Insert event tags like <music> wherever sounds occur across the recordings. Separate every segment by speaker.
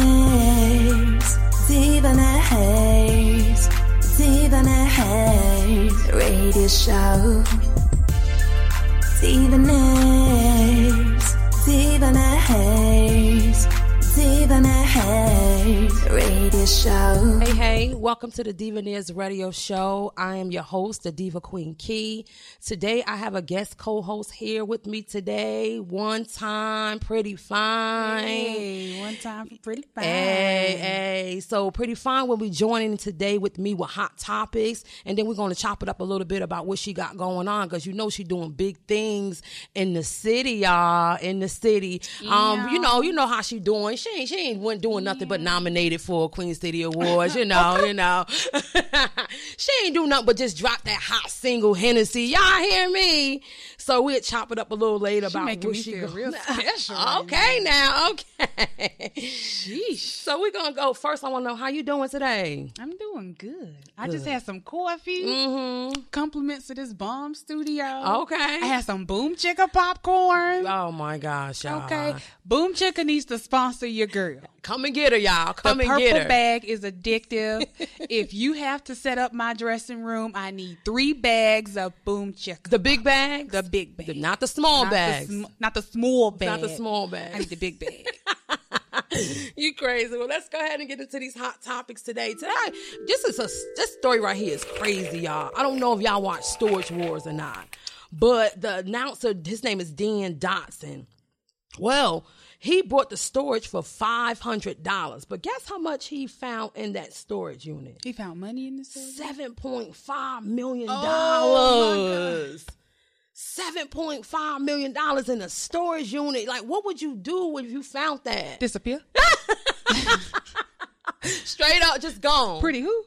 Speaker 1: Divanairs, Divanairs, Divanairs Radio Show. Divanairs, Divanairs, Divanairs Radio Show.
Speaker 2: Hey, hey, welcome to the Divaneers Radio Show. I am your host, the Diva Queen Key. Today, I have a guest co host here with me today, one time, pretty fine.
Speaker 3: Hey, one time for pretty fine.
Speaker 2: Hey, hey. So pretty fine will be joining today with me with hot topics, and then we're going to chop it up a little bit about what she got going on because you know she doing big things in the city, y'all. In the city, um, you know, you know how she doing. She ain't, she ain't went doing nothing but nominated for Queen City Awards. You know, you know. <laughs> she ain't do nothing but just drop that hot single Hennessy. Y'all hear me? So we'll chop it up a little later about
Speaker 3: making
Speaker 2: what
Speaker 3: me
Speaker 2: she
Speaker 3: feel
Speaker 2: go- <laughs>
Speaker 3: real special. right
Speaker 2: Okay, now, okay. So we're gonna go first. I want to know how you doing today.
Speaker 3: now. I'm doing good. I just had some coffee.
Speaker 2: Mm.
Speaker 3: Compliments to this bomb studio.
Speaker 2: Okay.
Speaker 3: Mm-hmm. I had some Boom Chicka popcorn.
Speaker 2: Oh my gosh, y'all.
Speaker 3: Okay. Boom Chicka needs to sponsor your girl.
Speaker 2: Come and get her, y'all.
Speaker 3: The
Speaker 2: Come and
Speaker 3: purple
Speaker 2: get her.
Speaker 3: bag is
Speaker 2: <laughs>
Speaker 3: addictive. if you have to set up my dressing room, I need three bags of Boom Chicka.
Speaker 2: The big bags.
Speaker 3: The big bag.
Speaker 2: The- not the small
Speaker 3: Not the
Speaker 2: bags.
Speaker 3: sm- not the small bag.
Speaker 2: Not the small
Speaker 3: I need
Speaker 2: bags.
Speaker 3: the
Speaker 2: <laughs>
Speaker 3: big bag.
Speaker 2: you crazy. Well, let's go ahead and get into these hot topics today. Today, this is a this story right here is crazy, y'all. I don't know if y'all watch Storage Wars or not, but the announcer, his name is Dan Dotson. Well, he bought the storage for five hundred dollars, but guess how much he found in that storage unit?
Speaker 3: he found money in this. store?
Speaker 2: seven point five million
Speaker 3: Oh,
Speaker 2: dollars. Seven point five million dollars in a storage unit. Like, what would you do if you found that?
Speaker 3: Disappear.
Speaker 2: Straight up, just gone. <laughs>
Speaker 3: Pretty who?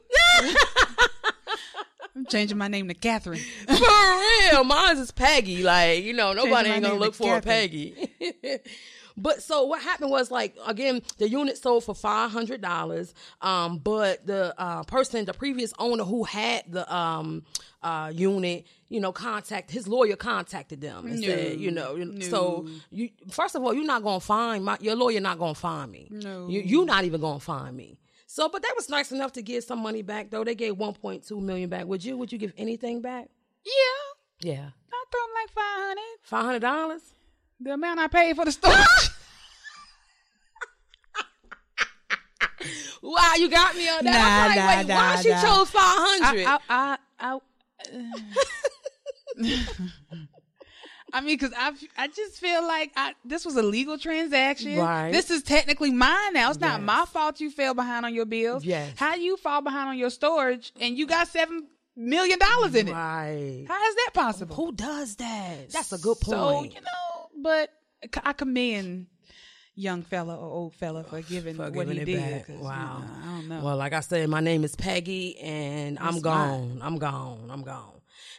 Speaker 3: I'm changing my name to Catherine.
Speaker 2: <laughs> for real. Mine is Peggy. Like, you know, nobody
Speaker 3: my
Speaker 2: ain't gonna
Speaker 3: name
Speaker 2: look
Speaker 3: to
Speaker 2: for a
Speaker 3: Kathy.
Speaker 2: Peggy. <laughs> but so what happened was like again, the unit sold for five hundred dollars. Um, but the uh, person, the previous owner who had the um uh unit, you know, contact his lawyer contacted them and said, you know, you- so you first of all, you're not gonna find my your lawyer not gonna find me.
Speaker 3: No.
Speaker 2: You you not even gonna find me. So, but that was nice enough to give some money back though. They gave 1.2 million back. Would you? Would you give anything back?
Speaker 3: Yeah,
Speaker 2: Yeah.
Speaker 3: I throw him like five hundred.
Speaker 2: Five hundred dollars?
Speaker 3: The amount I paid for the
Speaker 2: <laughs>
Speaker 3: store.
Speaker 2: Wow, you got me on
Speaker 3: Nah,
Speaker 2: that. I'm like, wait,
Speaker 3: nah,
Speaker 2: why
Speaker 3: nah,
Speaker 2: she
Speaker 3: nah.
Speaker 2: chose five hundred?
Speaker 3: I, I, I, uh. <laughs> I mean, because I, I just feel like I, this was a legal transaction.
Speaker 2: Right.
Speaker 3: This is technically mine now. It's not
Speaker 2: Yes.
Speaker 3: my fault you fell behind on your bills.
Speaker 2: Yes.
Speaker 3: How you fall behind on your storage and you got seven million dollars in it?
Speaker 2: Right.
Speaker 3: How is that possible?
Speaker 2: Who does that? That's a good point.
Speaker 3: So you know, but c- I commend young fella or old fella for giving
Speaker 2: For
Speaker 3: what
Speaker 2: giving
Speaker 3: he
Speaker 2: it
Speaker 3: did.
Speaker 2: back.
Speaker 3: 'cause, you
Speaker 2: Wow.
Speaker 3: know, I don't know.
Speaker 2: Well, like I said, my name is Peggy, and I'm gone. I'm gone. I'm gone.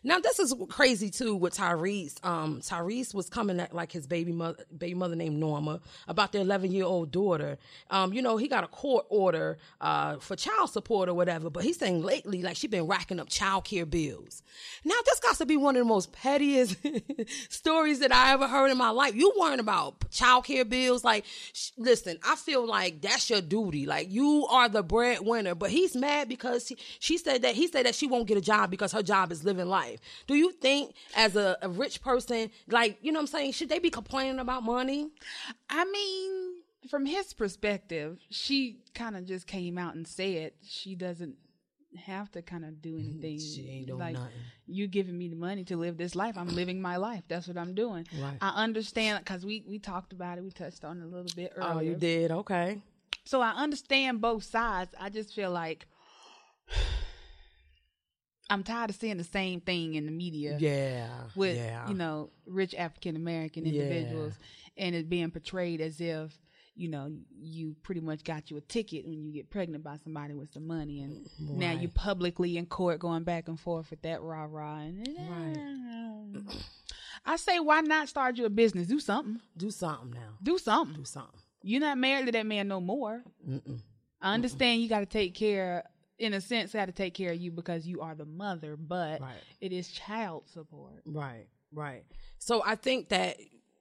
Speaker 2: Now this is crazy too with Tyrese. Um, Tyrese was coming at like his baby mother, baby mother named Norma, about their 11 year old daughter. Um, you know he got a court order uh for child support or whatever, but he's saying lately like she been racking up child care bills. Now this got to be one of the most pettiest <laughs> stories that I ever heard in my life. You worrying about child care bills? Like, sh- listen, I feel like that's your duty. Like you are the breadwinner, but he's mad because she, she said that he said that she won't get a job because her job is living life. Do you think as a, a rich person, like you know what I'm saying, should they be complaining about money?
Speaker 3: I mean, from his perspective, she kind of just came out and said she doesn't have to kind of do anything.
Speaker 2: Mm-hmm. She ain't doing
Speaker 3: like,
Speaker 2: nothing.
Speaker 3: You giving me the money to live this life. I'm living my life. That's what I'm doing.
Speaker 2: Right.
Speaker 3: I understand because we we talked about it. We touched on it a little bit earlier.
Speaker 2: Oh, you did okay.
Speaker 3: So I understand both sides. I just feel like <sighs> I'm tired of seeing the same thing in the media
Speaker 2: Yeah,
Speaker 3: with
Speaker 2: yeah.
Speaker 3: you know rich African American
Speaker 2: Yeah.
Speaker 3: individuals and it being portrayed as if you know you pretty much got you a ticket when you get pregnant by somebody with some money and now you publicly in court going back and forth with that rah rah and <clears throat> I say why not start you a business do something
Speaker 2: do something now.
Speaker 3: do something
Speaker 2: Do something.
Speaker 3: you're not married to that man no more. I understand you got to take care, in a sense, got to take care of you because you are the mother, but
Speaker 2: Right.
Speaker 3: it is child support.
Speaker 2: Right, right. So I think that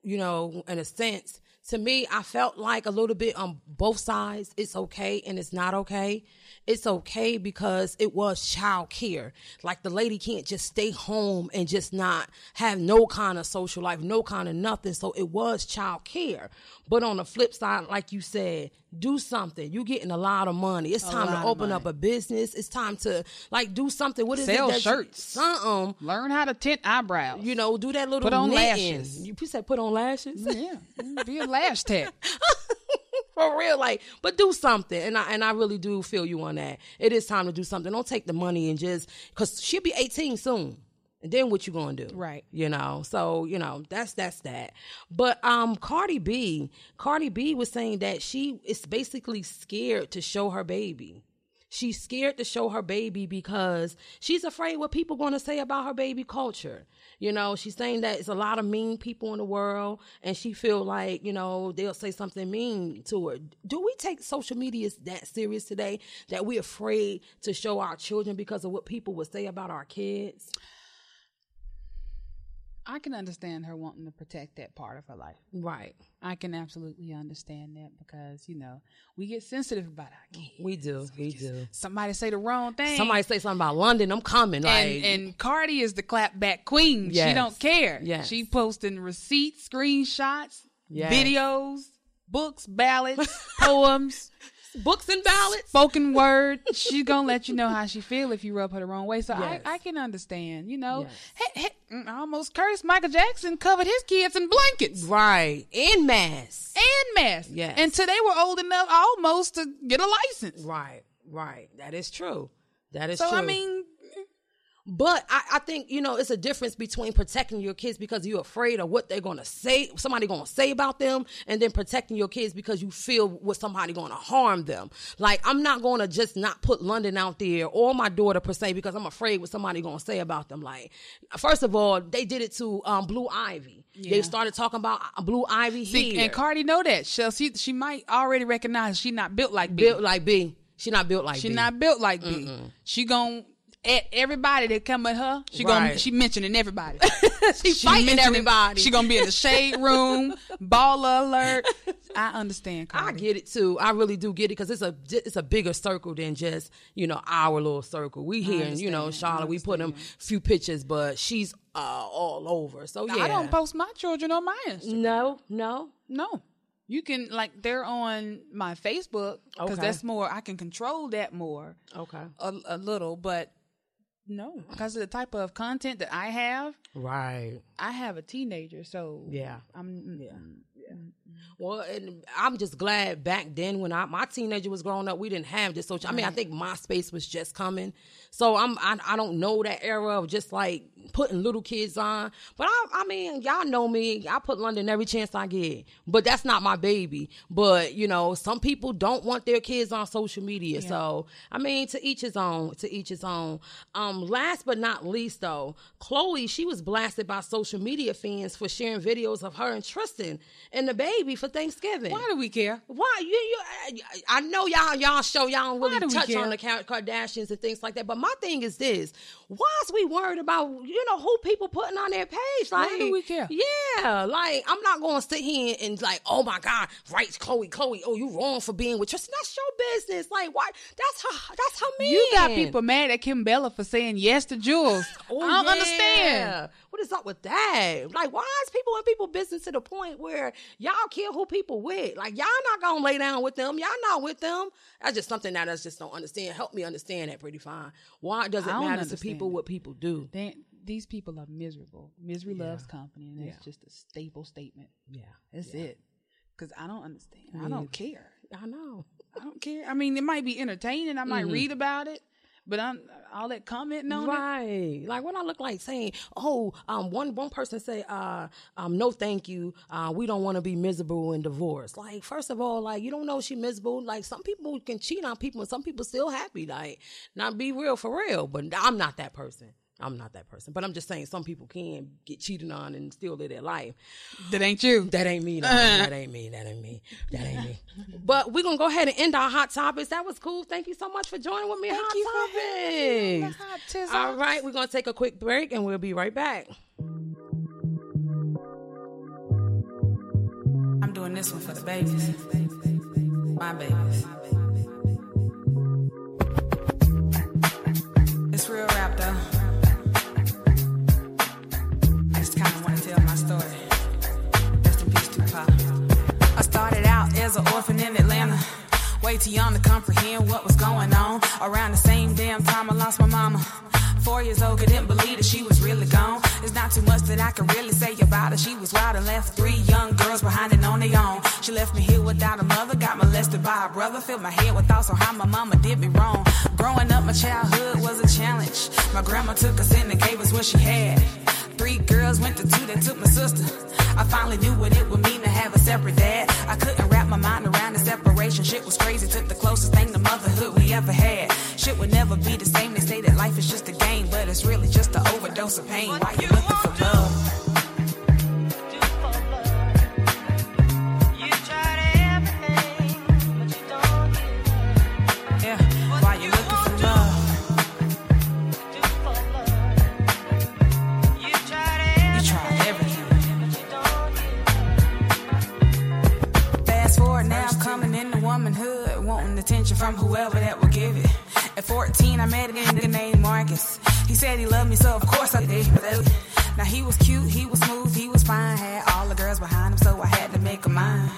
Speaker 2: you know, in a sense, to me, I felt like a little bit on both sides. It's okay and it's not okay. It's okay because it was child care. Like the lady can't just stay home and just not have no kind of social life, no kind of nothing. So it was child care. But on the flip side, like you said, do something. You getting a lot of money. It's time
Speaker 3: lot
Speaker 2: to
Speaker 3: of
Speaker 2: open
Speaker 3: money.
Speaker 2: up a business. It's time to like do something. What is
Speaker 3: Sell
Speaker 2: it? that you-
Speaker 3: shirts.
Speaker 2: Something.
Speaker 3: Learn how to tint eyebrows.
Speaker 2: You know, do that little
Speaker 3: Put on
Speaker 2: knitting.
Speaker 3: lashes. Mm-hmm.
Speaker 2: You, you said put on lashes.
Speaker 3: yeah, be a lash tech.
Speaker 2: <laughs> for real like but do something and i and i really do feel you on that it is time to do something don't take the money and just because she'll be 18 soon and then what you gonna do
Speaker 3: Right.
Speaker 2: you know so you know that's that's that but um cardi b cardi b was saying that she is basically scared to show her baby She's scared to show her baby because she's afraid what people going to say about her baby culture. You know, she's saying that it's a lot of mean people in the world, and she feel like you know they'll say something mean to her. Do we take social media that serious today that we're afraid to show our children because of what people would say about our kids?
Speaker 3: I can understand her wanting to protect that part of her life.
Speaker 2: Right,
Speaker 3: I can absolutely understand that because you know we get sensitive about our kids.
Speaker 2: we do, we do.
Speaker 3: Somebody say the wrong thing.
Speaker 2: Somebody say something about London. I'm coming. Like,
Speaker 3: and, and Cardi is the clapback queen. She
Speaker 2: Yes.
Speaker 3: don't care.
Speaker 2: Yes.
Speaker 3: She posting receipts, screenshots,
Speaker 2: Yes.
Speaker 3: videos, books, ballads, <laughs> poems,
Speaker 2: books and ballots. <laughs>
Speaker 3: spoken word. She's gonna let you know how she feel if you rub her the wrong way. So
Speaker 2: Yes.
Speaker 3: I, I can understand. You know,
Speaker 2: Yes.
Speaker 3: Hey, hey, mm, I almost cursed. Michael Jackson covered his kids in blankets.
Speaker 2: Right, in mass.
Speaker 3: And masks.
Speaker 2: Yes.
Speaker 3: Until they were old enough almost to get a license.
Speaker 2: Right, right. That is true. That is
Speaker 3: So
Speaker 2: true.
Speaker 3: I mean,
Speaker 2: But I, I think you know it's a difference between protecting your kids because you're afraid of what they're gonna say, somebody gonna say about them, and then protecting your kids because you feel what somebody gonna harm them. Like I'm not gonna just not put London out there or my daughter per se because I'm afraid what somebody gonna say about them. Like first of all, they did it to um, Blue Ivy. They
Speaker 3: Yeah.
Speaker 2: started talking about uh, Blue Ivy
Speaker 3: see,
Speaker 2: here,
Speaker 3: and Cardi know that. She she, she might already recognize she not built like Bill.
Speaker 2: built like B. She not built like
Speaker 3: She
Speaker 2: B.
Speaker 3: not built like B. She gon' at everybody that come at her. She gon'
Speaker 2: Right.
Speaker 3: she mentioning <laughs> everybody.
Speaker 2: she, fighting
Speaker 3: mentioning-
Speaker 2: everybody.
Speaker 3: She gonna be in the shade <laughs> room, baller alert. I understand.
Speaker 2: I
Speaker 3: Cardi.
Speaker 2: get it too. I really do get it because it's a it's a bigger circle than just you know our little circle. We here, and you know,
Speaker 3: understand.
Speaker 2: Charlotte. We put them few pictures, but she's uh, all over. So yeah,
Speaker 3: I don't post my children on my Instagram.
Speaker 2: No, no.
Speaker 3: No. You can like they're on my Facebook because
Speaker 2: Okay.
Speaker 3: that's more I can control that more
Speaker 2: Okay.
Speaker 3: a, a little, but no, because of the type of content that I have,
Speaker 2: Right.
Speaker 3: I have a teenager, so
Speaker 2: Yeah.
Speaker 3: I'm yeah.
Speaker 2: Well, and I'm just glad back then when I, my teenager was growing up, we didn't have this social. I mean, I think MySpace was just coming, so I'm I, I don't know that era of just like putting little kids on. But I I mean, y'all know me. I put London every chance I get, but that's not my baby. But you know, some people don't want their kids on social media, so I mean, to each his own. To each his own. Um, last but not least, though, Chloe she was blasted by social media fans for sharing videos of her and Tristan and the baby for Thanksgiving.
Speaker 3: Why do we care?
Speaker 2: Why you you? I I know y'all y'all show y'all don't
Speaker 3: Why do
Speaker 2: really
Speaker 3: we
Speaker 2: touch
Speaker 3: care?
Speaker 2: on the Ka- Kardashians and things like that. But my thing is this: Why is we worried about you know who people putting on their page? Like,
Speaker 3: do we care?
Speaker 2: Yeah, like I'm not going to sit here and like, oh my God, right, Chloe, Chloe, oh you wrong for being with Tristan. That's your business. Like, why? That's her. That's her man.
Speaker 3: You got people mad at Kim Bella for saying yes to Jules.
Speaker 2: <laughs> Oh,
Speaker 3: I don't
Speaker 2: yeah.
Speaker 3: understand.
Speaker 2: What is up with that? Like, why is people in people business to the point where y'all care who people with? Like, y'all not gonna lay down with them. Y'all not with them. That's just something that I just don't understand. Help me understand that pretty fine. Why does it
Speaker 3: I don't
Speaker 2: matter to
Speaker 3: understand
Speaker 2: people
Speaker 3: it.
Speaker 2: what people do?
Speaker 3: They, these people are miserable. Misery loves company, and that's just a staple statement.
Speaker 2: Yeah,
Speaker 3: That's it. Because I don't understand. I don't care.
Speaker 2: I know.
Speaker 3: I don't care. I mean, it might be entertaining. I might read about it, but I'm all that commenting on it.
Speaker 2: Right. Like when I look like saying, oh, um, one one person say, uh, um, no, thank you. Uh, we don't want to be miserable and divorced. Like first of all, like you don't know she miserable. Like some people can cheat on people, and some people still happy. Like not be real for real. But I'm not that person. I'm not that person. But I'm just saying some people can get cheated on and still live their life.
Speaker 3: That ain't you.
Speaker 2: That ain't
Speaker 3: <laughs>
Speaker 2: me. Though. That ain't me. That ain't me. That ain't me. But we're gonna go ahead and end our hot topics. That was cool. Thank you so much for joining with me.
Speaker 3: Thank
Speaker 2: hot
Speaker 3: you for having me on
Speaker 2: topics.
Speaker 3: the Hot Tiz
Speaker 2: All
Speaker 3: Off.
Speaker 2: right, we're gonna take a quick break and we'll be right back.
Speaker 4: doing this one for the babies. My babies. It's real rap though. I just kinda wanna tell my story. Rest in peace, Tupac. I started out as an orphan in Atlanta. Way too young to comprehend what was going on. Around the same damn time I lost my mama. Four years old, couldn't believe that she was really gone. It's not too much that I can really say about her. She was wild and left three young girls behind and on their own. She left me here without a mother, got molested by a brother. Filled my head with thoughts on how my mama did me wrong. Growing up, my childhood was a challenge. My grandma took us in and gave us what she had. Three girls went to two that took my sister. I finally knew what it would mean to have a separate dad. I couldn't wrap my mind around the separation. Shit was crazy, took the closest thing to motherhood we ever had. Shit would never be the same. They say that life is just a game, but it's really just an overdose of pain. Why you looking for love? Yeah, why you looking for love? You tried everything. Fast forward now, I'm coming into womanhood, wanting attention from whoever that will give it. At 14, I met a nigga named Marcus. He said he loved me, so of course I did. Now he was cute, he was smooth, he was fine. Had all the girls behind him, so I had to make a mine.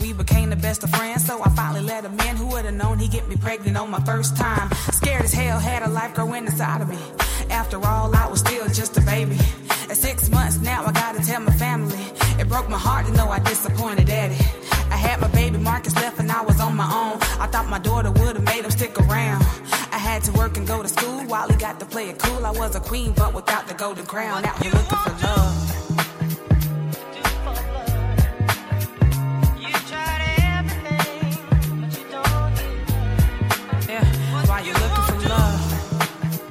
Speaker 4: We became the best of friends, so I finally let him in. Who would have known he'd get me pregnant on my first time? Scared as hell, had a life growing inside of me. After all, I was still just a baby. At six months now, I gotta tell my family. It broke my heart to know I disappointed daddy. I had my baby Marcus left and I was on my own. I thought my daughter would have made him stick around. I had to work and go to school while he got to play it cool. I was a queen, but without the golden crown. Out here looking for love. Yeah, why you looking for love?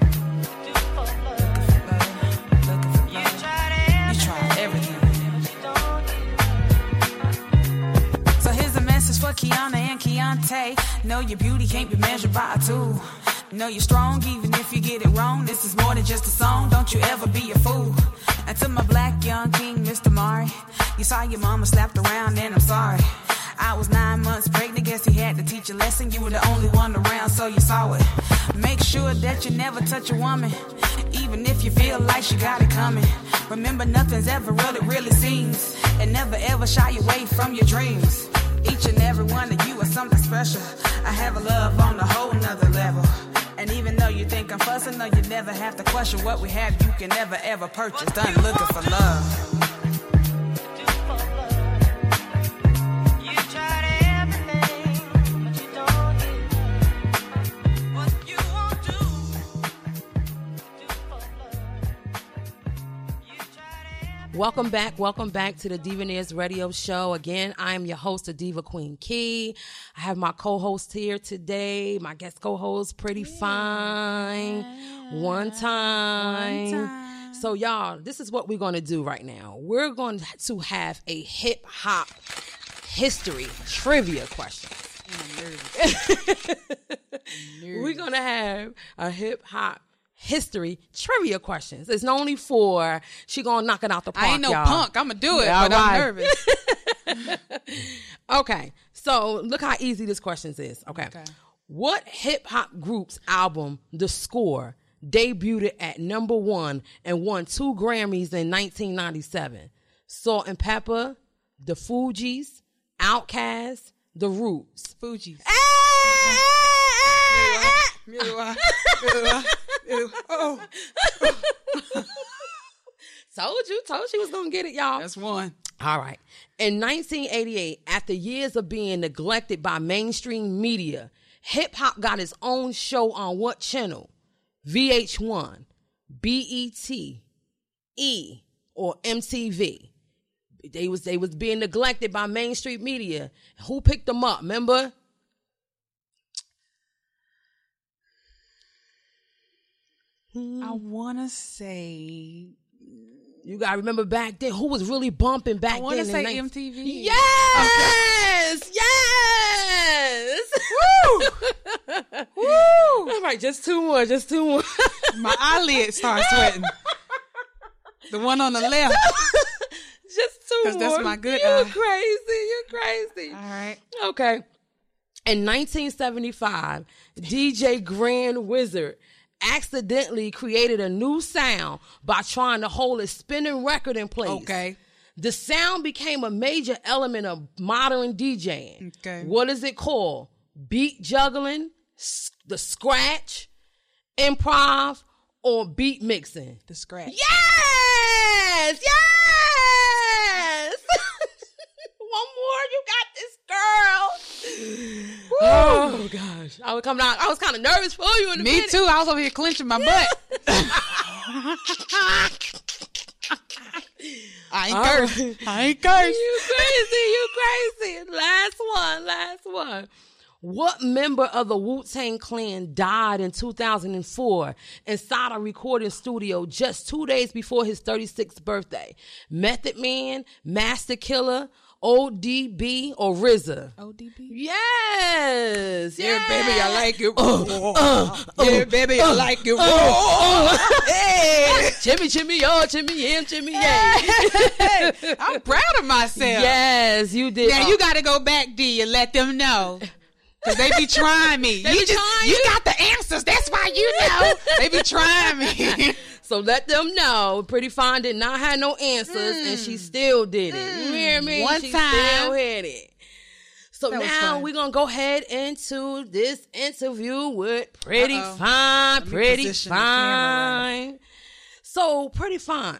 Speaker 4: Looking for love, looking for love. You tried everything. So here's a message for Kiana and Keontae. Know your beauty can't be measured by a tool. Know you're strong even if you get it wrong. This is more than just a song. Don't you ever be a fool. And to my black young king, Mr. Mari, you saw your mama slapped around, and I'm sorry. I was nine months pregnant. Guess he had to teach a lesson. You were the only one around, so you saw it. Make sure that you never touch a woman, even if you feel like she got it coming. Remember, nothing's ever what it really seems, and never ever shy away from your dreams. Each and every one of you is something special. I have a love on a whole nother level. And even though you think I'm fussing, no, you never have to question what we have. You can never ever purchase. Done looking for love.
Speaker 2: Welcome back. Welcome back to the Divaneers Radio Show. Again, I am your host, the Diva Queen Key. I have my co host here today, my guest co host, Pretty Fine. One time. So, y'all, this is what we're going to do right now. We're going to have a hip hop history trivia question. <laughs> We're gonna have a hip hop history trivia questions. It's not only for she gonna knock it out the park.
Speaker 3: I ain't no
Speaker 2: y'all.
Speaker 3: punk. I'ma do it,
Speaker 2: Yeah,
Speaker 3: but
Speaker 2: right. <laughs>
Speaker 3: I'm nervous.
Speaker 2: Okay, so look how easy this question is. Okay, what hip hop group's album, The Score, debuted at number one and won two Grammys in 1997? Salt and Pepper, The Fugees, Outkast, The Roots. Eh,
Speaker 3: Fuji's.
Speaker 2: Told you, told she was gonna get it, y'all.
Speaker 3: That's one.
Speaker 2: All right. In 1988, after years of being neglected by mainstream media, hip hop got its own show on what channel? VH1, BET, E, or MTV. They was they was being neglected by mainstream media. Who picked them up? Remember?
Speaker 3: I wanna say
Speaker 2: You gotta remember back then who was really bumping back
Speaker 3: I
Speaker 2: then.
Speaker 3: wanna
Speaker 2: in
Speaker 3: say
Speaker 2: 19-
Speaker 3: MTV.
Speaker 2: Yes! Yes! <laughs> Woo! Woo! All right, just two more, just two more. <laughs>
Speaker 3: My eyelid starts <laughs> sweating. The one on the left.
Speaker 2: just two more.
Speaker 3: That's- that's my good
Speaker 2: You
Speaker 3: eye.
Speaker 2: crazy. You crazy.
Speaker 3: All right.
Speaker 2: Okay. In 1975, DJ Grand Wizard accidentally created a new sound by trying to hold a spinning record in place.
Speaker 3: Okay.
Speaker 2: The sound became a major element of modern DJing.
Speaker 3: Okay.
Speaker 2: What is it called? Beat juggling, s- the scratch, improv, or beat mixing?
Speaker 3: The scratch.
Speaker 2: Yes! Yes! <laughs> One more, you got this girl. Oh gosh. I was coming out. I was kind of nervous for you in the
Speaker 3: Me
Speaker 2: minute.
Speaker 3: too. I was over here clenching my butt.
Speaker 2: <laughs>
Speaker 3: <laughs> I ain't
Speaker 2: right.
Speaker 3: cursed. I ain't cursed.
Speaker 2: You crazy, you crazy. Last one, last one. What member of the Wu Tang Clan died in 2004 inside a recording studio just two days before his 36th birthday? Method Man, Master Killer, ODB, or RZA?
Speaker 3: ODB.
Speaker 2: Yes, Uh, yes.
Speaker 5: Yeah, baby, I like it. yeah, baby, I like it. <laughs>
Speaker 2: Hey, uh, Jimmy, Jimmy, yo, Jimmy, yam, Jimmy, yay.
Speaker 3: I'm proud of myself.
Speaker 2: Yes, you did.
Speaker 3: Now you got to go back, D, and let them know. Cause they be trying me.
Speaker 2: They
Speaker 3: you
Speaker 2: be
Speaker 3: just
Speaker 2: trying
Speaker 3: you
Speaker 2: you.
Speaker 3: got the answers. That's why
Speaker 2: <laughs>
Speaker 3: you know they be trying me.
Speaker 2: So let them know. Pretty Fine did not have no answers, and she still did it. You hear me?
Speaker 3: Hmm. One
Speaker 2: she
Speaker 3: time.
Speaker 2: still had it. So
Speaker 3: That was
Speaker 2: now
Speaker 3: fun.
Speaker 2: we're gonna go ahead into this interview with Pretty
Speaker 3: Uh-oh.
Speaker 2: Fine.
Speaker 3: me
Speaker 2: Pretty
Speaker 3: position the camera
Speaker 2: Fine. So Pretty Fine.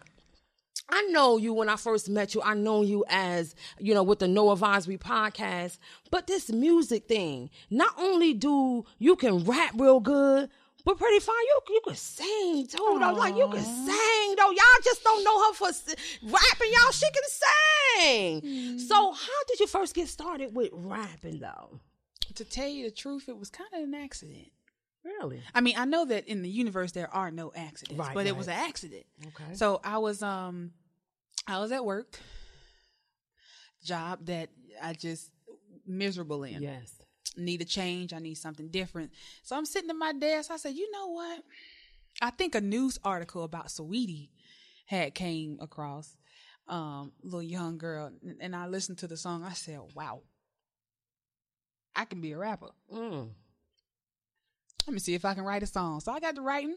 Speaker 2: I know you when I first met you. I know you as, you know, with the No Advisory podcast. But this music thing, not only do you can rap real good, but pretty fine, you you can sing too. Though. Like you can sing though. Y'all just don't know her for s- rapping. Y'all, she can sing. So how did you first get started with rapping though?
Speaker 3: to tell you the truth, it was kind of an accident.
Speaker 2: Really?
Speaker 3: I mean, I know that in the universe there are no accidents,
Speaker 2: Right,
Speaker 3: but it
Speaker 2: right.
Speaker 3: was an accident.
Speaker 2: Okay.
Speaker 3: So I was um I was at work. Job that I just miserable in.
Speaker 2: Yes.
Speaker 3: Need a change, I need something different. So I'm sitting at my desk. I said, "You know what? I think a news article about Sweetie had came across um little young girl and- and I listened to the song. I said, "Wow. I can be a rapper."
Speaker 2: Mm.
Speaker 3: let me see if I can write a song. So I got to writing.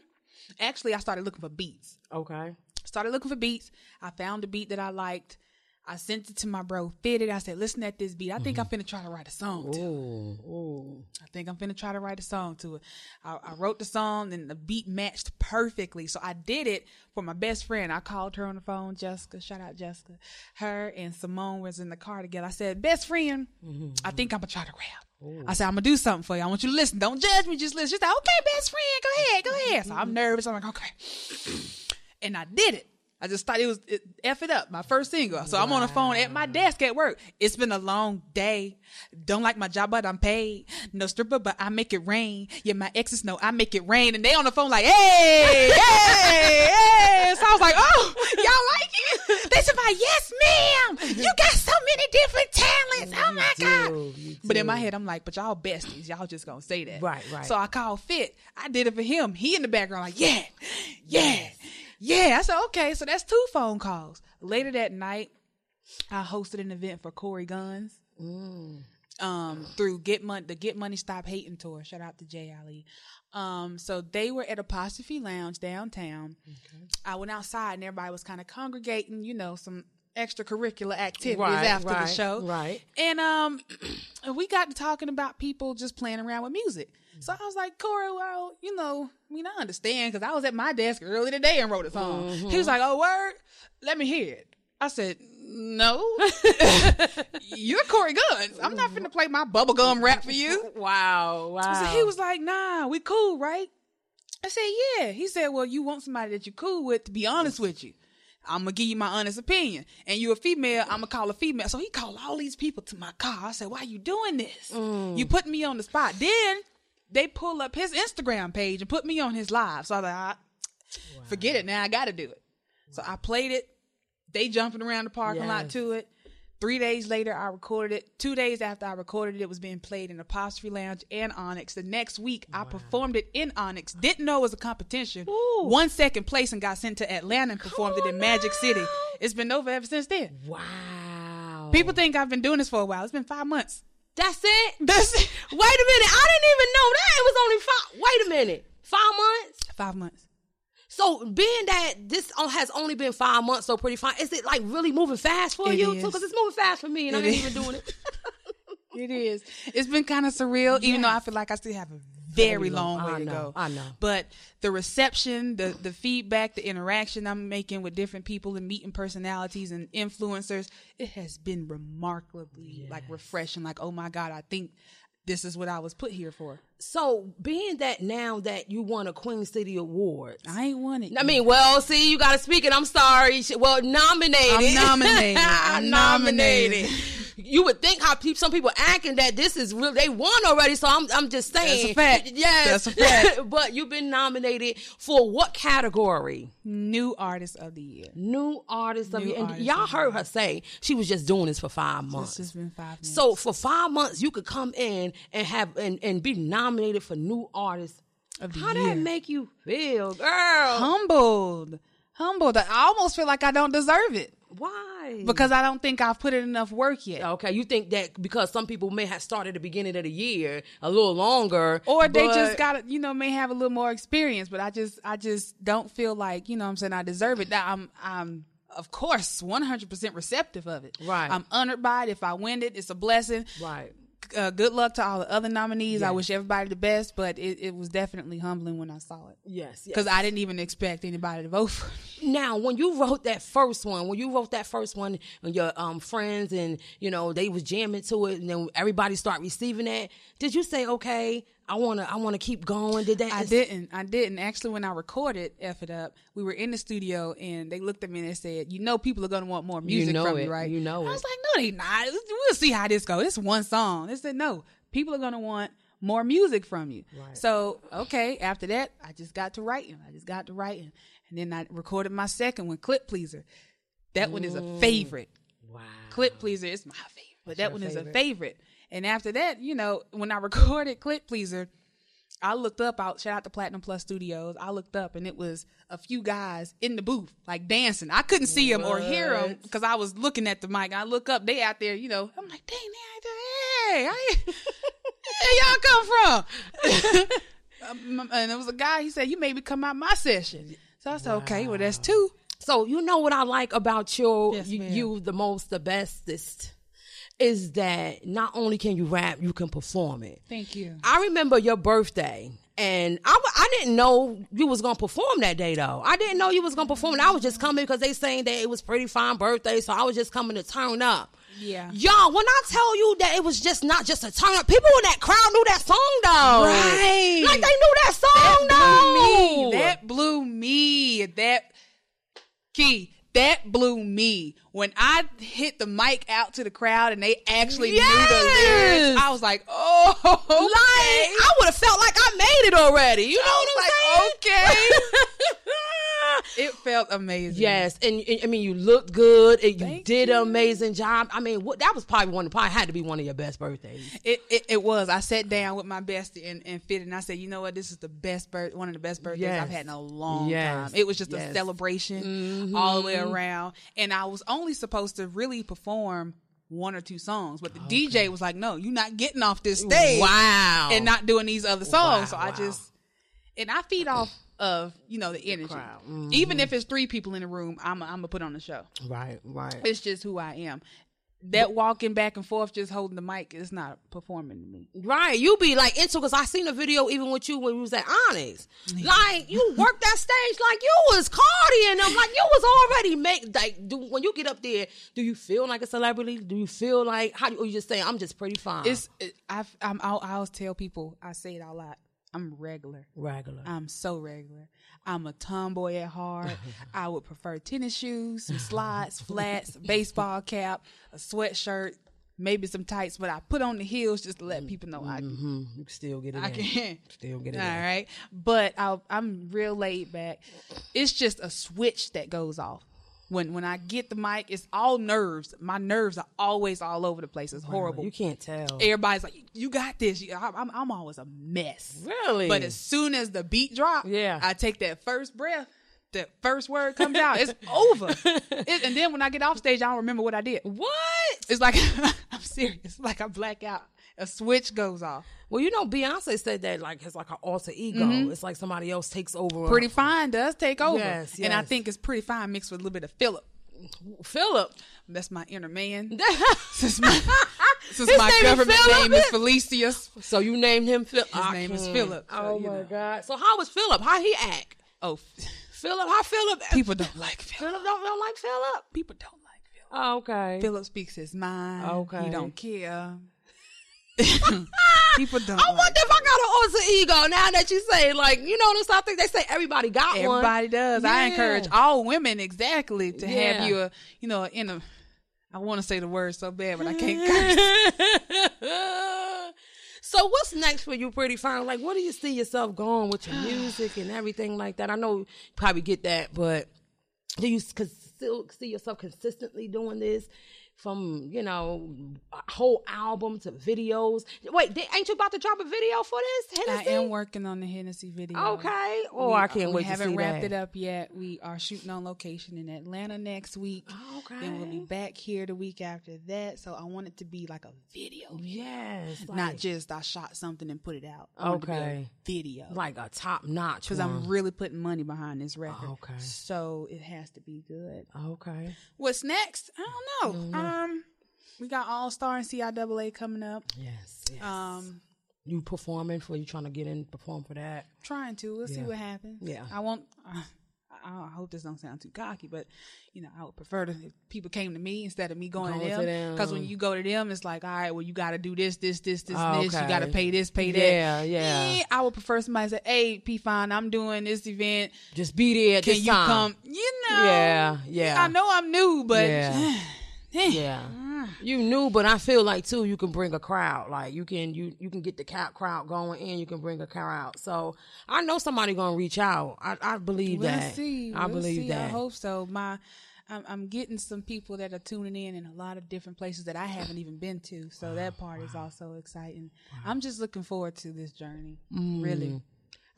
Speaker 3: Actually, I started looking for beats.
Speaker 2: Okay.
Speaker 3: Started looking for beats. I found a beat that I liked. I sent it to my bro, Fitted. I said, listen at this beat. I think I'm finna try to write a song to it.
Speaker 2: Mm-hmm. Ooh, ooh.
Speaker 3: I think I'm finna try to write a song to it. I, I wrote the song and the beat matched perfectly. So I did it for my best friend. I called her on the phone, Jessica. Shout out Jessica. Her and Simone was in the car together. I said, best friend,
Speaker 2: Mm-hmm.
Speaker 3: I think I'm gonna try to rap. I said, I'm gonna do something for you. I want you to listen. Don't judge me, just listen. She said, okay, best friend, go ahead, go ahead. So
Speaker 2: Mm-hmm.
Speaker 3: I'm nervous. I'm like, okay. And I did it. I just thought it was it, F it up, my first single. So I'm on the phone at my desk at work. It's been a long day. Don't like my job, but I'm paid. No stripper, but I make it rain. Yeah, my exes know I make it rain. And they on the phone like, hey, hey, hey. So I was like, oh, y'all like it? They said, like, yes, ma'am. You got so many different talents. Oh my God. But in my head, I'm like, but y'all besties. Y'all just gonna say that.
Speaker 2: Right, right.
Speaker 3: So I called Fit. I did it for him. He in the background, like, yeah, yeah, yeah. I said, okay, so that's two phone calls. Later that night, I hosted an event for Corey Guns. Um, through Get Money, the Get Money Stop Hating tour. Shout out to Jay Ali. Um, so they were at Apostrophe Lounge downtown. I went outside and everybody was kind of congregating, you know, some extracurricular activities
Speaker 2: Right,
Speaker 3: after the
Speaker 2: right,
Speaker 3: show.
Speaker 2: right.
Speaker 3: And um, <clears throat> we got to talking about people just playing around with music.
Speaker 2: Mm-hmm.
Speaker 3: So I was like, Corey, well, you know, I mean, I understand because I was at my desk early today and wrote a song. He
Speaker 2: Mm-hmm.
Speaker 3: was like, oh, word, let me hear it. I said, no, <laughs> you're Corey Guns. I'm not finna play my bubblegum rap for you.
Speaker 2: Wow, wow.
Speaker 3: So he was like, nah, we cool, right? I said, yeah. He said, well, you want somebody that you cool with to be honest with you. I'm gonna give you my honest opinion. And you a female, I'm gonna call a female. So he called all these people to my car. I said, why you doing this? You put me on the spot. Then they pull up his Instagram page and put me on his live. So I was like, ah, forget it. Now I gotta do it. So I played it. They jumping around the parking lot
Speaker 2: Yes.
Speaker 3: to it. Three days later, I recorded it. Two days after I recorded it, it was being played in Apostrophe Lounge and Onyx. The next week, I performed it in Onyx. Didn't know it was a competition.
Speaker 2: Ooh.
Speaker 3: One second place and got sent to Atlanta and performed it in Magic City. It's been over ever since then.
Speaker 2: Wow. Wow.
Speaker 3: People think I've been doing this for a while. It's been five months. <laughs>
Speaker 2: That's it.
Speaker 3: That's it.
Speaker 2: Wait a minute. I didn't even know that. It was only five. Wait a minute. Five months.
Speaker 3: Five months.
Speaker 2: So being that this on- has only been five months, so pretty fine. Is it like really moving fast for
Speaker 3: It
Speaker 2: you?
Speaker 3: is.
Speaker 2: Because it's moving fast for me, and I
Speaker 3: It
Speaker 2: ain't
Speaker 3: is.
Speaker 2: even doing it. <laughs>
Speaker 3: It is. It's been kind of surreal, even though I feel like I still have a very long,
Speaker 2: long-
Speaker 3: way
Speaker 2: I
Speaker 3: to
Speaker 2: know,
Speaker 3: go.
Speaker 2: I know.
Speaker 3: But the reception, the the feedback, the interaction I'm making with different people and meeting personalities and influencers, it has been remarkably like refreshing. Like, oh my God, I think this is what I was put here for.
Speaker 2: So being that now that you won a Queen City Award.
Speaker 3: I ain't won it.
Speaker 2: I mean, well, see, you gotta speak it. I'm sorry. Sh- Well, nominated. <laughs>
Speaker 3: I'm nominated. I'm nominated.
Speaker 2: You would think how peop some people acting that this is real. They won already, so I'm I'm just saying.
Speaker 3: fact.
Speaker 2: Yes,
Speaker 3: That's a
Speaker 2: <laughs>
Speaker 3: fact.
Speaker 2: but you've been nominated for what category?
Speaker 3: new artist of the year.
Speaker 2: New artist of
Speaker 3: New
Speaker 2: the year. And
Speaker 3: artist
Speaker 2: y'all
Speaker 3: of the
Speaker 2: heard her say she was just doing this for five months.
Speaker 3: This has been five minutes.
Speaker 2: so for five months, you could come in and have and, and be nominated for new artist.
Speaker 3: Of the
Speaker 2: How
Speaker 3: year.
Speaker 2: that make you feel, girl?
Speaker 3: humbled, humbled. I almost feel like I don't deserve it
Speaker 2: Why?
Speaker 3: because I don't think I've put in enough work yet.
Speaker 2: Okay, you think that because some people may have started at the beginning of the year a little longer,
Speaker 3: or they
Speaker 2: but-
Speaker 3: just got you know may have a little more experience but i just i just don't feel like you know what i'm saying i deserve it Now, i'm i'm of course 100% receptive of it
Speaker 2: Right.
Speaker 3: i'm honored by it if i win it it's a blessing
Speaker 2: right.
Speaker 3: uh, good luck to all the other nominees i
Speaker 2: Yes.
Speaker 3: wish everybody the best but it, it was definitely humbling when i saw it
Speaker 2: Yes, yes.
Speaker 3: because i didn't even expect anybody to vote for me
Speaker 2: Now, when you wrote that first one, when you wrote that first one, and your um, friends and you know they was jamming to it, and then everybody start receiving that. Did you say, okay, I wanna, I wanna keep going? Did that?
Speaker 3: I didn't. I didn't. Actually, when I recorded F It Up, we were in the studio and they looked at me and they said, You know, people are going to want more music
Speaker 2: know
Speaker 3: from
Speaker 2: it.
Speaker 3: you, right?
Speaker 2: You know
Speaker 3: I
Speaker 2: it.
Speaker 3: was like, No, they not. We'll see how this goes. It's one song. They said, No, people are going to want more music from you. So, okay, after that, I just got to writing. I just got to writing. And then I recorded my second one, Clip Pleaser. That one is a favorite.
Speaker 2: Mm. Wow.
Speaker 3: Clip Pleaser is my favorite, but that one is a favorite. And after that, you know, when I <laughs> recorded Clip Pleaser, I looked up out shout out to Platinum Plus Studios. I looked up and it was a few guys in the booth like dancing. I couldn't see them or hear them because I was looking at the mic. I look up, they out there, you know. I'm like, dang, they out there. Hey, I ain't- <laughs> where y'all come from? <laughs> Um, and there was a guy. He said, "You made me come out my session." So I said, "Okay, well that's two."
Speaker 2: So you know what I like about your
Speaker 3: Yes,
Speaker 2: you,
Speaker 3: ma'am.
Speaker 2: you the most, the bestest, is that not only can you rap, you can perform it.
Speaker 3: Thank you.
Speaker 2: I remember your birthday, and I, wa- I didn't know you was gonna perform that day though. I didn't know you was gonna perform. And I was just coming because they saying that it was pretty fine birthday, so I was just coming to turn up.
Speaker 3: Yeah.
Speaker 2: y'all. When I tell you that it was just not just a turn up, people in that crowd knew that song though.
Speaker 3: Right.
Speaker 2: like they knew that song
Speaker 3: blew
Speaker 2: though.
Speaker 3: me. That blew me. That key. That blew me when I hit the mic out to the crowd and they actually knew the
Speaker 2: Yes.
Speaker 3: lyrics. I was like, oh,
Speaker 2: like I would have felt like I made it already. You know what I'm saying? <laughs>
Speaker 3: okay. <laughs> it felt amazing.
Speaker 2: Yes, and, and, I mean you looked good. And you
Speaker 3: Thank
Speaker 2: did an amazing job. I mean, what, that was probably one. Probably had to be one of your best birthdays.
Speaker 3: It, it it was. I sat down with my bestie and, and fit, and I said, you know what? This is the best birth, one of the best birthdays
Speaker 2: Yes.
Speaker 3: I've had in a long
Speaker 2: Yes.
Speaker 3: time. It was just
Speaker 2: Yes. Mm-hmm.
Speaker 3: a celebration all the way around, and I was only supposed to really perform one or two songs, but the DJ was like, no, you're not getting off this stage
Speaker 2: Oh, Wow.
Speaker 3: and not doing these other songs.
Speaker 2: Wow,
Speaker 3: so I
Speaker 2: wow.
Speaker 3: just and I feed off of you know the energy,
Speaker 2: Mm-hmm.
Speaker 3: even if it's three people in the room, I'm I'm gonna put on the show.
Speaker 2: right, right.
Speaker 3: It's just who I am. That walking back and forth, just holding the mic, is not performing to me.
Speaker 2: Right, you be like into because I seen a video even with you when you was at Onyx. Like you worked that stage like you was Cardi and them. Like you was already make like do, when you get up there. Do you feel like a celebrity? Do you feel like how? do- Or you just saying I'm just pretty fine.
Speaker 3: It's it, I've, I'm I'll, I always tell people I say it out loud. I'm regular.
Speaker 2: regular.
Speaker 3: I'm so regular. I'm a tomboy
Speaker 2: <laughs>
Speaker 3: at heart. I would prefer tennis shoes, some slides, flats, a baseball cap, a sweatshirt, maybe some tights. But I put on the heels just to let people know I can.
Speaker 2: You still get it.
Speaker 3: I
Speaker 2: in.
Speaker 3: <laughs> can.
Speaker 2: Mm-hmm. Still get it.
Speaker 3: All
Speaker 2: in.
Speaker 3: right, but I'll, I'm real laid back. It's just a switch that goes off when when I get the mic. It's all nerves. My nerves are always all over the place. It's horrible
Speaker 2: You can't tell.
Speaker 3: everybody's like, "You got this." You- I'm, I'm, I'm always a mess.
Speaker 2: Really?
Speaker 3: But as soon as the beat drop,
Speaker 2: Yeah.
Speaker 3: I take that first breath. the first word comes out, it's <laughs> over. It, and then when I get off stage, I don't remember what I did.
Speaker 2: What?
Speaker 3: It's like <laughs> I'm serious. Like I black out. A switch goes off.
Speaker 2: Well, you know, Beyonce said that like it's like an alter ego. It's like somebody else takes over.
Speaker 3: Mm-hmm.
Speaker 2: <laughs>
Speaker 3: Pretty fine does take over.
Speaker 2: Yes,
Speaker 3: And I
Speaker 2: yes.
Speaker 3: think it's pretty fine mixed with a little bit of Philip.
Speaker 2: Philip.
Speaker 3: That's my inner man. <laughs>
Speaker 2: Since my,
Speaker 3: Since my government name is Felicius.
Speaker 2: So you named him Philip.
Speaker 3: His name is Philip. so,
Speaker 2: Oh
Speaker 3: you
Speaker 2: my
Speaker 3: know.
Speaker 2: God. So how was Philip? How he act?
Speaker 3: Oh,
Speaker 2: Philip, how Philip?
Speaker 3: people don't like Philip.
Speaker 2: Philip don't, don't like Philip.
Speaker 3: People don't like Philip.
Speaker 2: Oh, okay.
Speaker 3: Philip speaks his mind.
Speaker 2: Okay.
Speaker 3: He don't care.
Speaker 2: <laughs>
Speaker 3: people don't
Speaker 2: I
Speaker 3: like
Speaker 2: wonder if I got an alter ego now that you say like you know what I'm saying? I think they say everybody got one.
Speaker 3: Everybody does. I
Speaker 2: Yeah.
Speaker 3: encourage all women exactly to
Speaker 2: Yeah.
Speaker 3: have you a you know in a. I want to say the word so bad, but
Speaker 2: <laughs>
Speaker 3: I can't curse.
Speaker 2: so what's next for you, Pretty Fine? Like, what do you see yourself going with your music and everything like that? I know you probably get that, but do you cons- still see yourself consistently doing this? From you know, a whole album to videos. Wait, they, ain't you about to drop a video for this?
Speaker 3: I
Speaker 2: Hennessy?
Speaker 3: am working on the Hennessy video.
Speaker 2: Okay. Oh,
Speaker 3: We-
Speaker 2: I can't
Speaker 3: we
Speaker 2: wait to
Speaker 3: haven't
Speaker 2: see
Speaker 3: wrapped
Speaker 2: that.
Speaker 3: it up yet. We are shooting on location in Atlanta next week.
Speaker 2: Okay.
Speaker 3: Then we'll be back here the week after that. So I want it to be like a video,
Speaker 2: Yes.
Speaker 3: not
Speaker 2: like-
Speaker 3: just I shot something and put it out. I want it to be a
Speaker 2: Okay.
Speaker 3: video.
Speaker 2: like a top notch.
Speaker 3: because I'm really putting money behind this record.
Speaker 2: Oh, Okay.
Speaker 3: So it has to be good.
Speaker 2: okay.
Speaker 3: What's next? I don't know. Um, we got All Star and CIAA coming up.
Speaker 2: Yes. yes.
Speaker 3: Um,
Speaker 2: you performing for you trying to get in perform for that?
Speaker 3: trying to. We'll see
Speaker 2: Yeah.
Speaker 3: what happens.
Speaker 2: Yeah.
Speaker 3: I won't. <laughs> I I hope this don't sound too cocky, but you know, I would prefer to if people came to me instead of me going,
Speaker 2: Going to
Speaker 3: to them. Because when
Speaker 2: them.
Speaker 3: you go to them, it's like, all right, well, you got to do this, this, this, this,
Speaker 2: Oh,
Speaker 3: this. You
Speaker 2: okay.
Speaker 3: got to pay this, pay that.
Speaker 2: Yeah, yeah.
Speaker 3: Eh, I would prefer somebody say, "Hey, P Fine, I'm doing this event.
Speaker 2: Just be there. At
Speaker 3: Can
Speaker 2: this
Speaker 3: you
Speaker 2: time.
Speaker 3: come? You know,
Speaker 2: Yeah, yeah.
Speaker 3: I know I'm new, but <sighs>
Speaker 2: Yeah.
Speaker 3: eh,
Speaker 2: Yeah, you knew, but I feel like too you can bring a crowd. Like you can you you can get the ca- crowd going in. You can bring a crowd. So I know somebody gonna reach out. I, I believe
Speaker 3: We'll
Speaker 2: that.
Speaker 3: see.
Speaker 2: I
Speaker 3: We'll
Speaker 2: believe
Speaker 3: see.
Speaker 2: that.
Speaker 3: I hope so. My, I'm, I'm getting some people that are tuning in in a lot of different places that I haven't even been to. So that part is also exciting. I'm just looking forward to this journey.
Speaker 2: Mm.
Speaker 3: Really,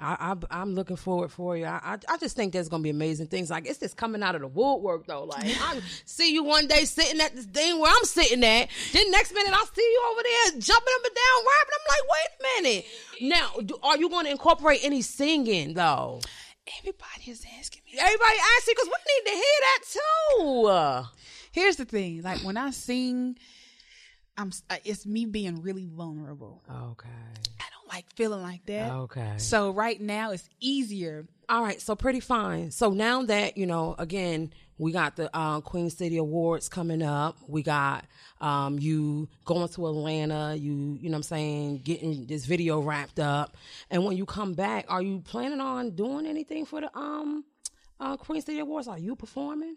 Speaker 2: I, I I'm looking forward for you. I, I I just think there's gonna be amazing things. Like it's just coming out of the woodwork though. Like I see you one day sitting at this thing where I'm sitting at. Then next minute I see you over there jumping up and down rapping. I'm like, wait a minute. Now, do, are you gonna incorporate any singing though?
Speaker 3: everybody is asking me.
Speaker 2: Everybody asking because we need to hear that too.
Speaker 3: Here's the thing: like when I sing, I'm. s- uh, It's me being really vulnerable.
Speaker 2: Okay.
Speaker 3: I don't like feeling like that.
Speaker 2: Okay.
Speaker 3: So right now it's easier.
Speaker 2: All right. So pretty fine. So now that you know, again, we got the uh, Queen City Awards coming up. We got um, you going to Atlanta. You, you know, what I'm saying, getting this video wrapped up. And when you come back, are you planning on doing anything for the um uh, Queen City Awards? Are you performing?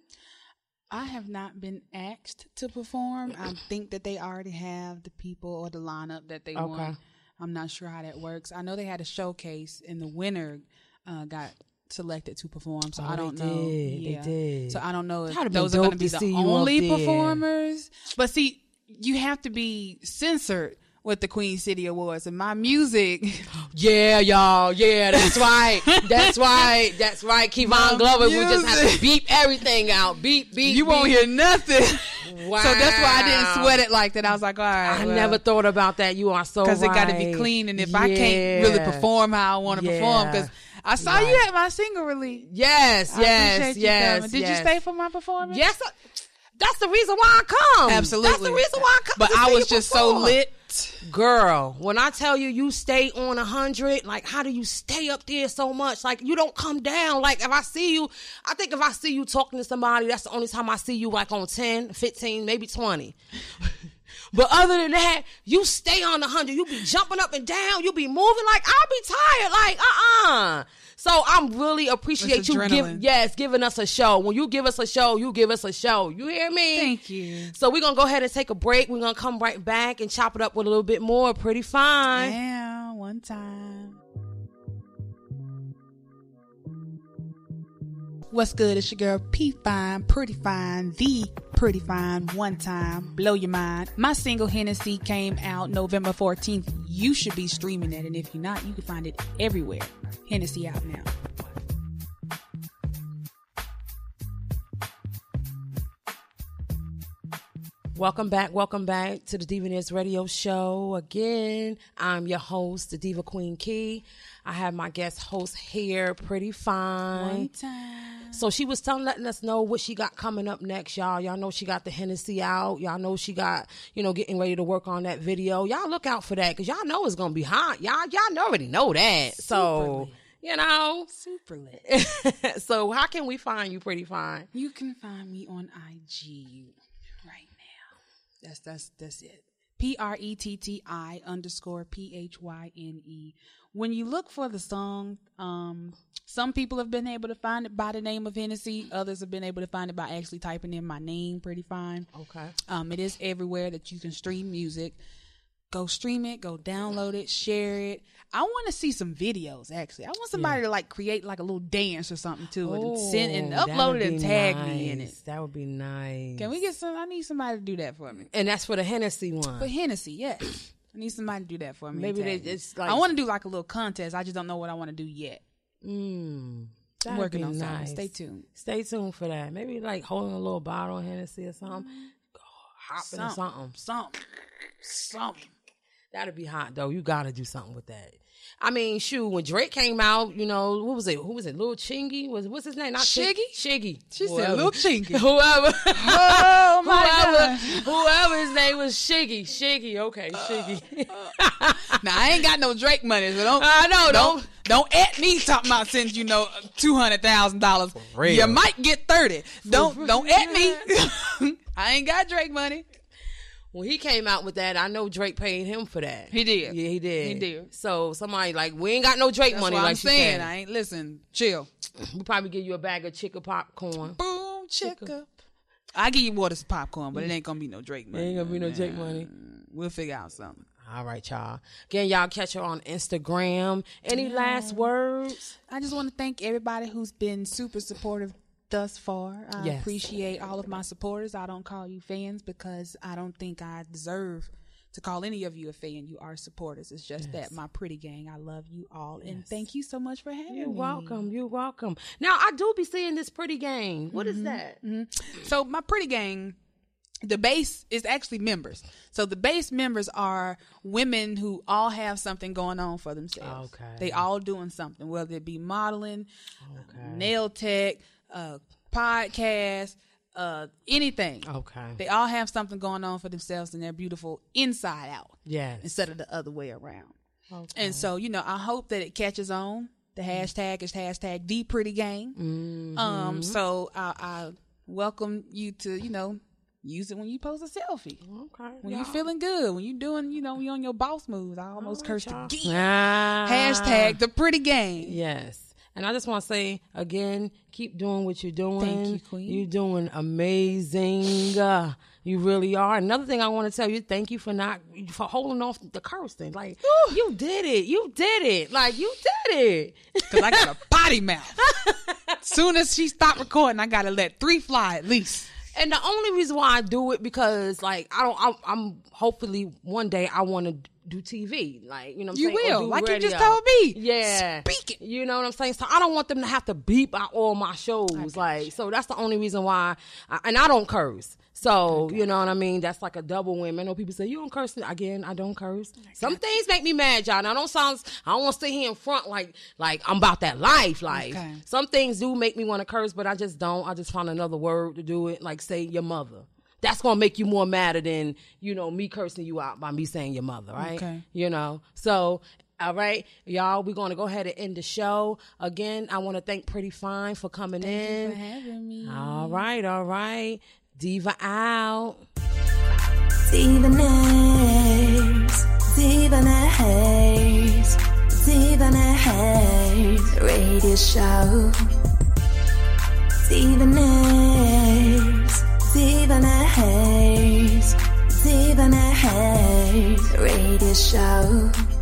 Speaker 3: I have not been asked to perform. I think that they already have the people or the lineup that they
Speaker 2: Okay.
Speaker 3: want. I'm not sure how that works. I know they had a showcase, and the winner uh, got selected to perform. So I
Speaker 2: Oh, they
Speaker 3: don't know.
Speaker 2: did. They did.
Speaker 3: So I don't know if
Speaker 2: That'd've been
Speaker 3: those are going
Speaker 2: dope
Speaker 3: to be
Speaker 2: to see you
Speaker 3: the
Speaker 2: up
Speaker 3: only
Speaker 2: there.
Speaker 3: performers. But see, you have to be censored with the Queen City Awards, and my music.
Speaker 2: Yeah, y'all. Yeah, that's right. that's right. That's right. Kevon Glover would just have to
Speaker 3: music.
Speaker 2: beep everything out. Beep, beep.
Speaker 3: You won't
Speaker 2: beep.
Speaker 3: hear nothing. <laughs>
Speaker 2: Wow.
Speaker 3: So that's why I didn't sweat it like that. I was like, all right.
Speaker 2: I
Speaker 3: well.
Speaker 2: never thought about that. You are so
Speaker 3: because
Speaker 2: Oh, right.
Speaker 3: it got to be clean. And if I can't really
Speaker 2: Yeah.
Speaker 3: perform how I want to 'cause perform,
Speaker 2: Yeah.
Speaker 3: because I saw you at my single release.
Speaker 2: yes,
Speaker 3: I
Speaker 2: yes,
Speaker 3: appreciate you
Speaker 2: yes.
Speaker 3: coming. Did
Speaker 2: yes.
Speaker 3: you stay for my performance?
Speaker 2: Yes, I- that's the reason why I come.
Speaker 3: absolutely.
Speaker 2: that's the reason why I come.
Speaker 3: But
Speaker 2: to
Speaker 3: I
Speaker 2: see
Speaker 3: was
Speaker 2: you
Speaker 3: just so
Speaker 2: perform.
Speaker 3: lit.
Speaker 2: girl. When I tell you, you stay on a hundred. Like, how do you stay up there so much? Like, you don't come down. Like, if I see you, I think if I see you talking to somebody, that's the only time I see you. Like on 10, 15, maybe twenty. <laughs> But other than that, you stay on the hundred. You be jumping up and down. You be moving like I'll be tired. Like uh uh So I'm really appreciate
Speaker 3: It's
Speaker 2: you. Give,
Speaker 3: adrenaline.
Speaker 2: yes, giving us a show. When you give us a show, you give us a show. You hear me?
Speaker 3: Thank you.
Speaker 2: So we're gonna go ahead and take a break. We're gonna come right back and chop it up with a little bit more. Pretty fine.
Speaker 3: Yeah, one time. What's good? It's your girl P Fine, Pretty Fine, the Pretty Fine, One Time, Blow Your Mind. My single Hennessy came out November 14th. You should be streaming it, and if you're not, you can find it everywhere. Hennessy out now.
Speaker 2: Welcome back, welcome back to the Divaness Radio Show again. I'm your host, the Diva Queen Key. I have my guest host here, Pretty Fine. So she was telling, letting us know what she got coming up next, y'all. Y'all know she got the Hennessy out. Y'all know she got, you know, getting ready to work on that video. Y'all look out for that because y'all know it's gonna be hot. Y'all, y'all already know that. So you know,
Speaker 3: Super lit.
Speaker 2: <laughs> so how can we find you, Pretty Fine?
Speaker 3: You can find me on IG right now. That's that's that's it. P R E T T I underscore P H Y N E. When you look for the song, um, some people have been able to find it by the name of Hennessy. Others have been able to find it by actually typing in my name. Pretty fine.
Speaker 2: Okay.
Speaker 3: Um, it is everywhere that you can stream music. Go stream it, go download it, share it. I want to see some videos actually. I want somebody to like create like a little dance or something to it and send and
Speaker 2: Oh,
Speaker 3: upload it and tag me in it.
Speaker 2: That would be nice.
Speaker 3: Can we get some? I need somebody to do that for me.
Speaker 2: And that's for the Hennessy one.
Speaker 3: For Hennessy, yes. I need somebody to do that for me.
Speaker 2: Maybe
Speaker 3: and tag
Speaker 2: they-
Speaker 3: me.
Speaker 2: it's like-
Speaker 3: I want to do like a little contest. I just don't know what I want to do yet.
Speaker 2: Mm,
Speaker 3: I'm
Speaker 2: that'd
Speaker 3: working
Speaker 2: be
Speaker 3: on
Speaker 2: nice.
Speaker 3: something. Stay tuned.
Speaker 2: Stay tuned for that. Maybe like holding a little bottle of Hennessy or something. Go Hopping or
Speaker 3: Mm-hmm. Something.
Speaker 2: something.
Speaker 3: Something. Something.
Speaker 2: That'd be hot though. You gotta do something with that. I mean, shoot, when Drake came out, you know, what was it? Who was it? Lil Chingy? Was what's his name? Not Chig-
Speaker 3: Shiggy?
Speaker 2: Shiggy.
Speaker 3: She said
Speaker 2: Whoever.
Speaker 3: Lil
Speaker 2: <laughs>
Speaker 3: Chingy. <laughs>
Speaker 2: Whoever.
Speaker 3: Oh
Speaker 2: whoever, whoever his name was Shiggy. Shiggy. Okay, Shiggy.
Speaker 3: Uh, Now I ain't got no Drake money, so don't.
Speaker 2: I know,
Speaker 3: Don't don't at me talking about sending you no two hundred thousand dollars.
Speaker 5: real.
Speaker 3: You might get thirty. Don't don't at me. <laughs> I ain't got Drake money.
Speaker 2: When he came out with that, I know Drake paid him for that.
Speaker 3: He did.
Speaker 2: Yeah, he did.
Speaker 3: He did.
Speaker 2: So somebody like we ain't got no Drake
Speaker 3: That's
Speaker 2: money.
Speaker 3: what
Speaker 2: like
Speaker 3: I'm
Speaker 2: she
Speaker 3: saying.
Speaker 2: said.
Speaker 3: I ain't listen. Chill.
Speaker 2: we probably give you a bag of chicken popcorn.
Speaker 3: Boom chicka. I give you water some popcorn, but it ain't gonna be no Drake money.
Speaker 2: Ain't gonna be no Drake money.
Speaker 3: We'll figure out something.
Speaker 2: All right, y'all. Again, y'all catch her on Instagram. Any last words?
Speaker 3: I just want to thank everybody who's been super supportive thus far. I
Speaker 2: Yes.
Speaker 3: appreciate all of my supporters. I don't call you fans because I don't think I deserve to call any of you a fan. You are supporters. It's just that my pretty gang, I love you all and thank you so much for having
Speaker 2: You're
Speaker 3: me.
Speaker 2: welcome. You're welcome. Now I do be seeing this pretty game. What
Speaker 3: Mm-hmm.
Speaker 2: is that?
Speaker 3: So my pretty gang, the base is actually members. So the base members are women who all have something going on for themselves.
Speaker 2: Okay.
Speaker 3: They all doing something, whether it be modeling, nail tech, uh, podcast, uh, anything.
Speaker 2: Okay.
Speaker 3: They all have something going on for themselves and they're beautiful inside out
Speaker 2: Yes.
Speaker 3: instead of the other way around. And so, you know, I hope that it catches on. The hashtag is hashtag the pretty gang. Um, so I, I welcome you to, you know, use it when you post a selfie.
Speaker 2: Okay.
Speaker 3: When you feeling good, when you doing, you know, you on your boss moves. I almost cursed again.
Speaker 2: Ah.
Speaker 3: Hashtag the pretty gang.
Speaker 2: Yes. And I just want to say again, keep doing what you're doing.
Speaker 3: Thank you, Queen.
Speaker 2: You're doing amazing. Uh, you really are. Another thing I want to tell you, thank you for not for holding off the curse thing. Like you did it. You did it. Like you did it. <laughs>
Speaker 3: Cause I got a body mouth. Soon as she stopped recording, I gotta let three fly at least.
Speaker 2: And the only reason why I do it because like I don't. I'm, I'm hopefully one day I want to do TV. Like you know, what I'm
Speaker 3: You
Speaker 2: saying? Or
Speaker 3: will,
Speaker 2: do
Speaker 3: like you just
Speaker 2: radio.
Speaker 3: told me.
Speaker 2: Yeah,
Speaker 3: Speak it.
Speaker 2: You know what I'm saying? So I don't want them to have to beep out all my shows. Like so that's the only reason why. I, and I don't curse. So you know what I mean? That's like a double win. I know people say you don't curse. Again, I don't curse. Some things make me mad, y'all. And I don't sound. I don't want to sit here in front like like I'm about that life. Like
Speaker 3: Okay.
Speaker 2: some things do make me want to curse, but I just don't. I just find another word to do it. Like say your mother. That's gonna make you more madder than you know me cursing you out by me saying your mother, right?
Speaker 3: Okay.
Speaker 2: You know. So, all right, y'all, we're gonna go ahead and end the show. Again, I want to thank Pretty Fine for coming in.
Speaker 3: having me.
Speaker 2: all right, all right, Diva out.
Speaker 1: Diva names, Diva names, Diva names, radio show. Diva names, Diva names, Diva names, radio show.